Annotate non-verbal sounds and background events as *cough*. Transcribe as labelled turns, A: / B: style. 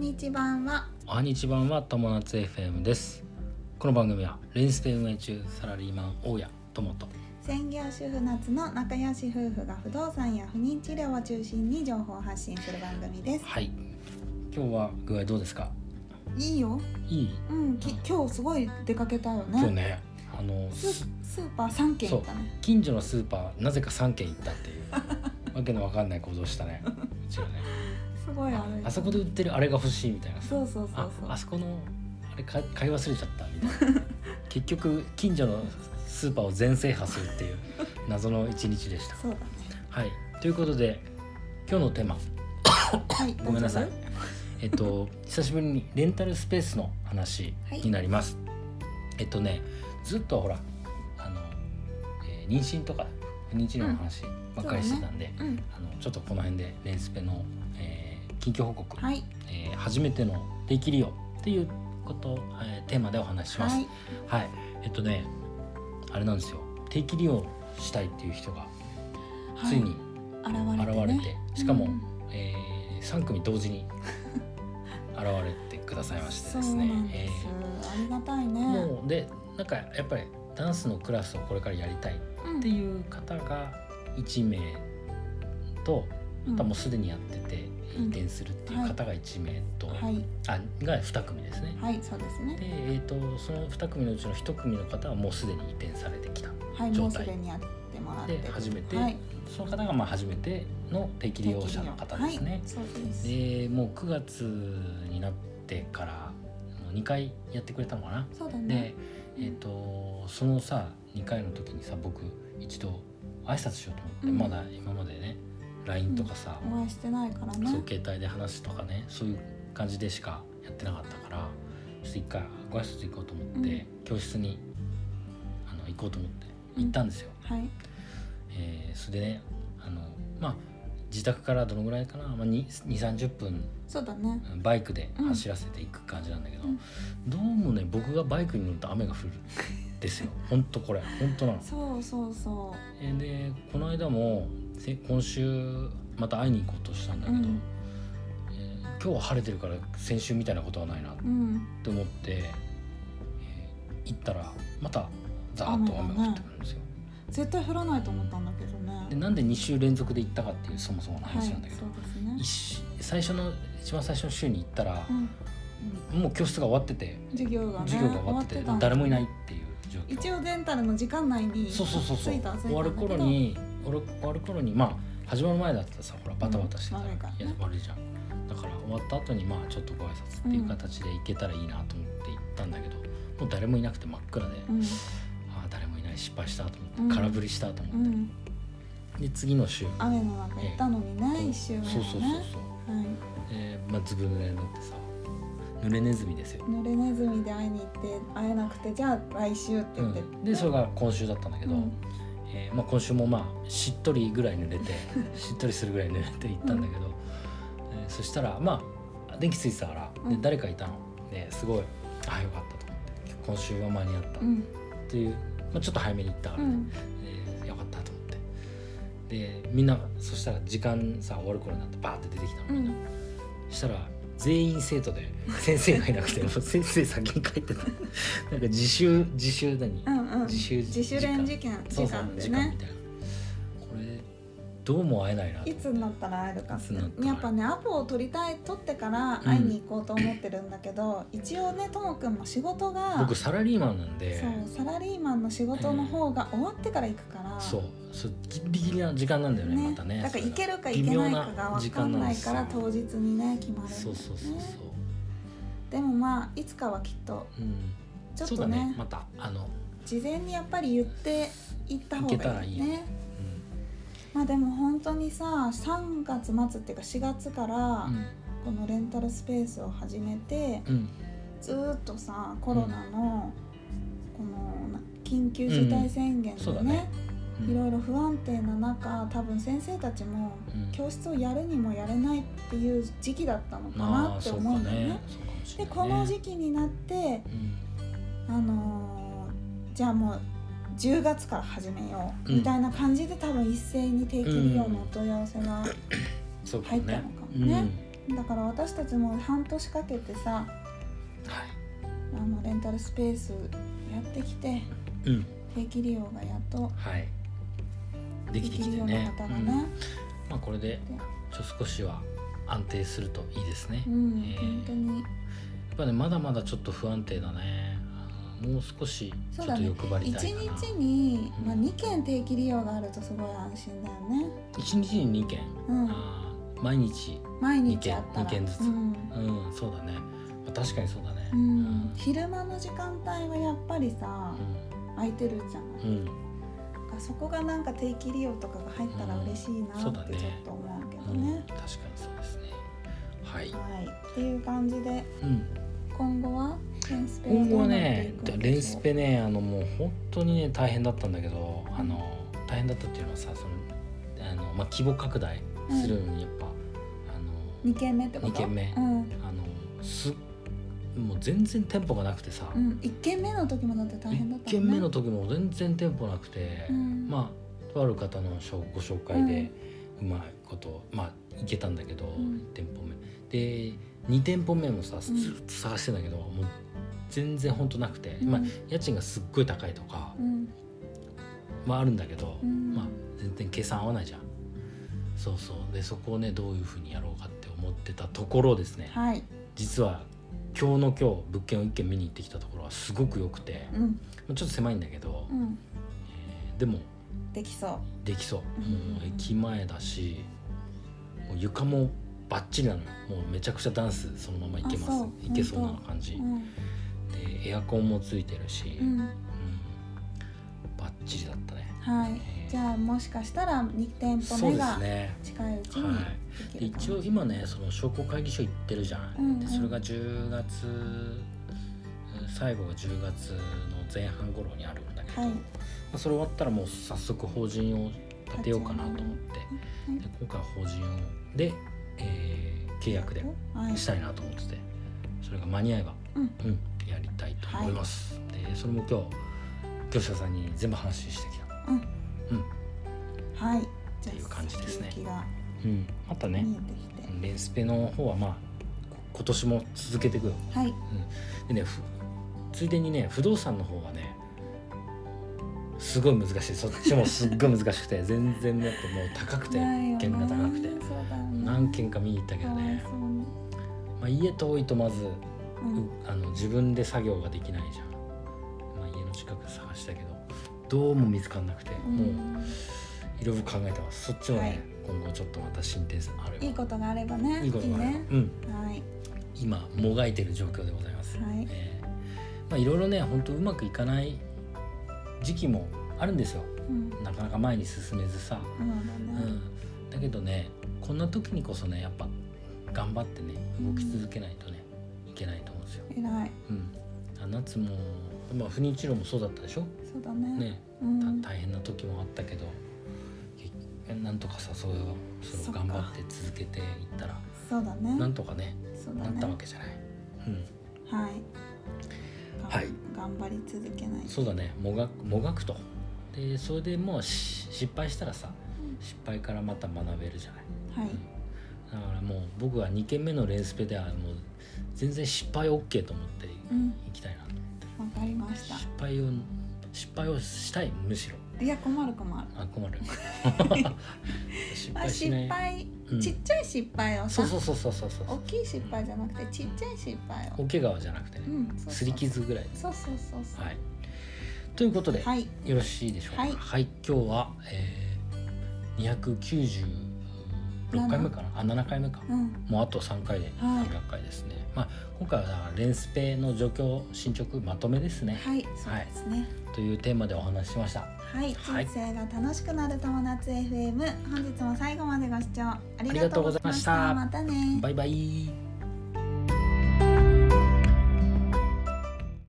A: 日版は
B: おはにちばんは友達 FM ですこの番組はレンスペ運営中サラリーマン大家友と
A: 専業主婦夏の仲良し夫婦が不動産や不妊治療を中心に情報を発信する番組です
B: はい今日は具合どうですか
A: いいよ
B: いい
A: うんき今日すごい出かけたよ
B: 今日
A: ね
B: ねあの
A: ススーパー三軒行ったね
B: 近所のスーパーなぜか3軒行ったってい
A: *laughs*
B: うわけのわかんない行動したねうちはね
A: すごいあ
B: あそこで売ってるあれが欲しいみたいなさ
A: そうそうそ
B: あ
A: うそう
B: あそこのあれか買い忘れちゃったみたいな結局近所のスーパーを全制覇するっていう謎の一日でした
A: そうだね
B: はいということで今日のテーマ
A: はい
B: ごめんなさい
A: 大丈
B: えっと久しぶりにレンタルスペースの話になります、えっとねずっとほらあの、えー妊娠とか不妊治療の話ばっかりしてたんで、
A: 夫うん
B: あのちょっとこの辺でレンスペの、えー近況報告、
A: はい
B: えー初めての定期利用っていうこと、えーテーマでお話しします。
A: は
B: はいい、えっとねあれなんですよ定期利用したいっていう人がついに
A: はい
B: 現
A: 現
B: れて,、
A: れてね
B: しかも、
A: うん
B: え3組同時に現れてくださいましてですね
A: そうなんです、ありがたいね
B: えーもうでなんかやっぱりダンスのクラスをこれからやりたいっ
A: うん
B: ていう方が1名と、
A: うん
B: 多分もうすでにやってて
A: うん
B: 移転するっていう方が1名と、
A: はい
B: あが2組ですね。
A: はいそうですね
B: で、えー、とその2組のうちの1組の方はもうすでに移転されてきた
A: はいも
B: 状
A: うす
B: 態
A: でにやってもらってる
B: で初めて、
A: はい
B: その方がまあ初めての定期利用者の方ですね。
A: そうです
B: でもう9月になってから2回やってくれたのかな。
A: そうだね
B: で、えー、とそのさ2回の時にさ僕一度挨拶しようと思って、
A: うん
B: まだ今までね LINE とかさ、
A: お会いしてないから
B: そう
A: ね
B: 携帯で話すとかねそういう感じでしかやってなかったからちょっと一回ご挨拶行こうと思って、
A: うん
B: 教室にあの行こうと思って
A: うん
B: 行ったんですよ。
A: はい
B: えーそれでねあのまあ自宅からどのぐらいかな、まあ、2 3 0分
A: そうだね
B: バイクで走らせていく感じなんだけど、
A: うん
B: どうもね僕がバイクに乗ると雨が降るんで
A: *laughs*
B: すよほんとこれほんとなの。
A: そうそうそ
B: えーでこの間もせ今週また会いに行こうとしたんだけど、
A: うん
B: えー今日は晴れてるから先週みたいなことはないなっ
A: ううん
B: て思って、えー行ったらまたザーッと雨が降ってくるんですよ。
A: 絶対降らないと思ったんだけどね
B: でなんで2週連続で行ったかっていうそもそもの
A: はい
B: 話
A: そ
B: な
A: うんで
B: だけ
A: す
B: ど、
A: ね
B: 一週最初の一番最初の週に行ったら
A: う、ん
B: もう教室が終わってて
A: 授業がね
B: 授業が終わってて
A: たんだ
B: 誰もいないっていう状況
A: 一応デンタルの時間内に
B: そうそうそうそう
A: 着いた着いたんだけ
B: 終
A: ど
B: わる頃に終わる終わる頃にまあ始まる前だったらさほらバタバタしてたら、
A: うん悪いからね
B: いや悪いじゃんだから終わった後にまあちょっとご挨拶っていう形で行けたらいいなと思って行ったんだけど、もう誰もいなくて真っ暗で、
A: うん
B: ああ誰もいない失敗したと思って、
A: うん
B: 空振りしたと
A: う
B: 思って、
A: ん
B: で次の週
A: 雨の中行ったのに
B: え
A: ね
B: え
A: 一周目はね
B: そうそうそうそう
A: はい
B: えーまあずぶ濡れになってさ濡れネズミですよ、
A: 濡れネズミで会いに行って会えなくてじゃあ来週って
B: う
A: 言って、
B: ん、でそれが今週だったんだけど、
A: うん
B: えーまあ、今週もまあしっとりぐらい濡
A: *laughs*
B: れてしっとりするぐらい濡れて行ったんだけど、えーそしたらまあ電気ついてたから
A: う
B: で
A: ん
B: 誰かいたのですごいああよかったと思って今週は間に合った
A: うん
B: っていう、まあ、ちょっと早めに行ったか
A: う
B: ら、ね
A: ん
B: えーよかったと思ってでみんなそしたら時間さ終わる頃になってバーって出てきたの
A: う
B: みんな、
A: ん
B: したら全員生徒で先生がいな
A: *laughs*
B: くてもう先生先に帰ってたなんか自習自習何
A: うんうん
B: 自習
A: 自主練事件
B: そう
A: 時
B: そう
A: 間で
B: 時間み
A: ね
B: たいなこれどうも会えないなと
A: い
B: 思って
A: つになったら会えるか
B: いつになったら
A: やっぱねアポを取りたい取ってから会いに行こうと思ってるんだけど、一応ねともくんも仕事が
B: 僕サラリーマンなんで
A: そうサラリーマンの仕事の方が終わってから行くから、
B: そうそうギリギリな時間なんだよねまたね
A: だから行けるか
B: それ
A: 行
B: が
A: けないかが分かんないから
B: 微妙
A: 当日にね決まるんだよね
B: そうそうそうそう
A: でもまあいつかはきっと
B: うん
A: ちょっ
B: そう
A: と
B: だ
A: ね
B: ねまたあの、
A: 事前にやっぱり言って行った方
B: 行けた
A: が
B: ら
A: い
B: い
A: い
B: い
A: ね
B: よ
A: まあでも本当にさ3月末っていうか4月から
B: うん
A: このレンタルスペースを始めて
B: うん
A: ずーっとさコロナのこのな緊急事態宣言で
B: そうだ
A: ね
B: ねうん
A: いろいろ不安定な中多分先生たちも
B: うん
A: 教室をやるにもやれないっていう時期だったのかな
B: ま
A: っ
B: あ
A: て
B: そう
A: 思う
B: か
A: んだよね。
B: ねそうかもしれ
A: で
B: ないね
A: この時期になって、
B: うん
A: あのーじゃあもう10月から始めよう
B: うん
A: みたいな感じで、多分一斉に定期利用のお問い合わせが
B: そうか
A: 入
B: も
A: ったの
B: ね
A: かも
B: うん
A: ね。だから私たちも半年かけてさ
B: はい
A: あのレンタルスペースやってきて
B: うん
A: 定期利用がやっと
B: はいできてき
A: 利
B: て
A: 用の
B: ね
A: 方が
B: う
A: ね
B: んまあこれでちょっと少しは安定するといいですね、
A: うん、
B: えー
A: 本当に
B: やっぱねまだまだちょっと不安定だねあーもう少しち
A: そ
B: ょ
A: う
B: っ
A: だ
B: と
A: ね
B: 欲張り
A: 一
B: たいかな、
A: 日に、
B: うん
A: まあ、2件定期利用があるとすごい安心だよね、
B: 一日に2件、
A: うん、
B: あー毎日
A: 毎日あったら
B: 二件二件ず
A: う
B: つ
A: ん
B: うんそうだね、まあ、確かにそうだね
A: う
B: うん
A: ん、昼間の時間帯はやっぱりさ空いてるじゃ
B: う
A: ない、
B: ん
A: だからそこがなんか定期利用とかが入ったら嬉しいな
B: うんそうだ
A: っ
B: ね
A: てちょっと思うけど
B: うん
A: ね
B: 確かにそうですねはい、
A: はい、っていう感じで
B: うん、
A: 今後はレンスペ
B: 今後
A: どうなっ
B: はね
A: ていくんでしょう
B: レンスペねあのもう本当にね大変だったんだけどあの大変だったっていうのはさそのあの、まあ、規模拡大するのにやっぱ、
A: 二軒目ってこと
B: 二軒目
A: うん、
B: あのあのすもう全然店舗がなくてさ、
A: うん、1軒目の時もだって大変だっ
B: 1
A: たもん
B: 軒目の時も全然店舗なくて、
A: うん
B: まあとある方の紹ご紹介でうまいこと、まあ行けたんだけど、
A: ん
B: 1店舗目で2店舗目もさず
A: うん
B: っと探してんだけど、もう全然ほんとなくて、
A: うん
B: まあ家賃がすっごい高いとか、
A: うん
B: まああるんだけど、
A: うん
B: まあ全然計算合わないじゃんそうそうでそこをねどういうふうにやろうかって思ってたところですね、
A: はい、
B: 実は今日の今日物件を1軒見に行ってきたところはすごく良くて、ま
A: うん
B: あちょっと狭いんだけど、
A: うん、
B: えーでも
A: できそう
B: できそう、
A: うん
B: もう駅前だしもう床もバッチリなのよもうめちゃくちゃダンスそのままいけま
A: あ
B: す
A: そう
B: いけそうな感じ、
A: うん
B: でエアコンもついてるし、
A: う
B: う
A: ん
B: んバッチリだったね
A: はい
B: えー
A: じゃあもしかしたら2店
B: そ
A: 舗
B: う
A: 目
B: です
A: が
B: ね
A: 近いうちに
B: は
A: できる
B: いで
A: か
B: 一
A: も、
B: 応今ねその商工会議所行ってるじゃん、
A: うんうん
B: でそれが10月最後が10月の前半頃にあるんだけど、
A: はい
B: まあそれ終わったらもう早速法人を立てようかなと思ってで今回は法人をで、えー契約で
A: はい
B: したいなと思っててそれが間に合えば、
A: うん
B: やりたいと思います、でそれも今日業者さんに全部話してきた、
A: うん
B: うん
A: はいじゃあ
B: っていう感じですね
A: 先行きが
B: うんまたね
A: 見えてきて、
B: レンスペの方はまあこ今年も続けていくよ
A: はい
B: でねふついでにね不動産の方はねすごい難しいそっちもすっごい難しくて *laughs* 全然だってもう高くて
A: ないよね
B: 件が高くて
A: そうだよね
B: 何軒か見に行ったけどね
A: かわい、そうに
B: まあ、家遠いとまず、
A: うん
B: うあの自分で作業ができないじゃん、まあ、家の近くで探したけどどうも見つかんなくて、もういろいろ考えてますそっちもね、
A: はい
B: 今後ちょっとまた進展するある
A: いいことがあればね
B: いいことがあれば
A: ね
B: うん
A: はい
B: 今もがいてる状況でございます、
A: はい
B: えーまあいろいろね本当うまくいかない時期もあるんですよ
A: うん
B: なかなか前に進めずさ、
A: そうだ
B: う
A: ね
B: ん、だけどねこんな時にこそねやっぱ頑張ってね動き続けないとねいけないと思うんですよ、
A: 偉い
B: うん、あ夏も、まあ、不妊治療もそうだったでしょ、
A: そうだね
B: ね、
A: うん
B: た大変な時もあったけど結局なんとかさそれをそれを頑張って続けていったら
A: そうだね
B: なんとかね
A: そう
B: な
A: だ
B: ったわ
A: ね
B: けじゃない、うん
A: はい
B: はい
A: 頑張り続けない
B: そうだねもがくもがくとでそれでもうし失敗したらさ失敗からまた学べるじゃない
A: はい
B: だからもう僕は2軒目のレースペではもう全然失敗 OK と思ってい
A: うん
B: きたいな
A: わかりまし
B: 失敗を失敗をしたいむしろ
A: たいや困る困る
B: あ困る失
A: まあ
B: 敗し
A: 失
B: ない、
A: 敗
B: うん
A: ちっちゃい失敗を
B: *laughs* そ
A: さ
B: うそうそうそうそうそ
A: 大
B: う
A: きい失敗じゃなくてちっちゃい失敗を
B: 大怪我じゃなくてね
A: うんそうそう
B: すり傷ぐらいです
A: そうそうそうそ
B: はいということで、
A: うはい
B: よろしいでしょうか。
A: は
B: はいい、今日は、えー、296回目かなあ7回目か、
A: うん
B: もうあと3回で
A: はい
B: 300回ですね、まあ、今回はだからレンスペの状況進捗まとめですね、
A: はいそうですね
B: というテーマでお話ししました
A: はい、
B: はい
A: 人生が楽しくなる友達 FM 本日も最後までご視聴あり
B: り
A: が
B: が
A: と
B: と
A: う
B: う
A: ございま
B: ございま
A: し
B: したた
A: またね
B: バイバイ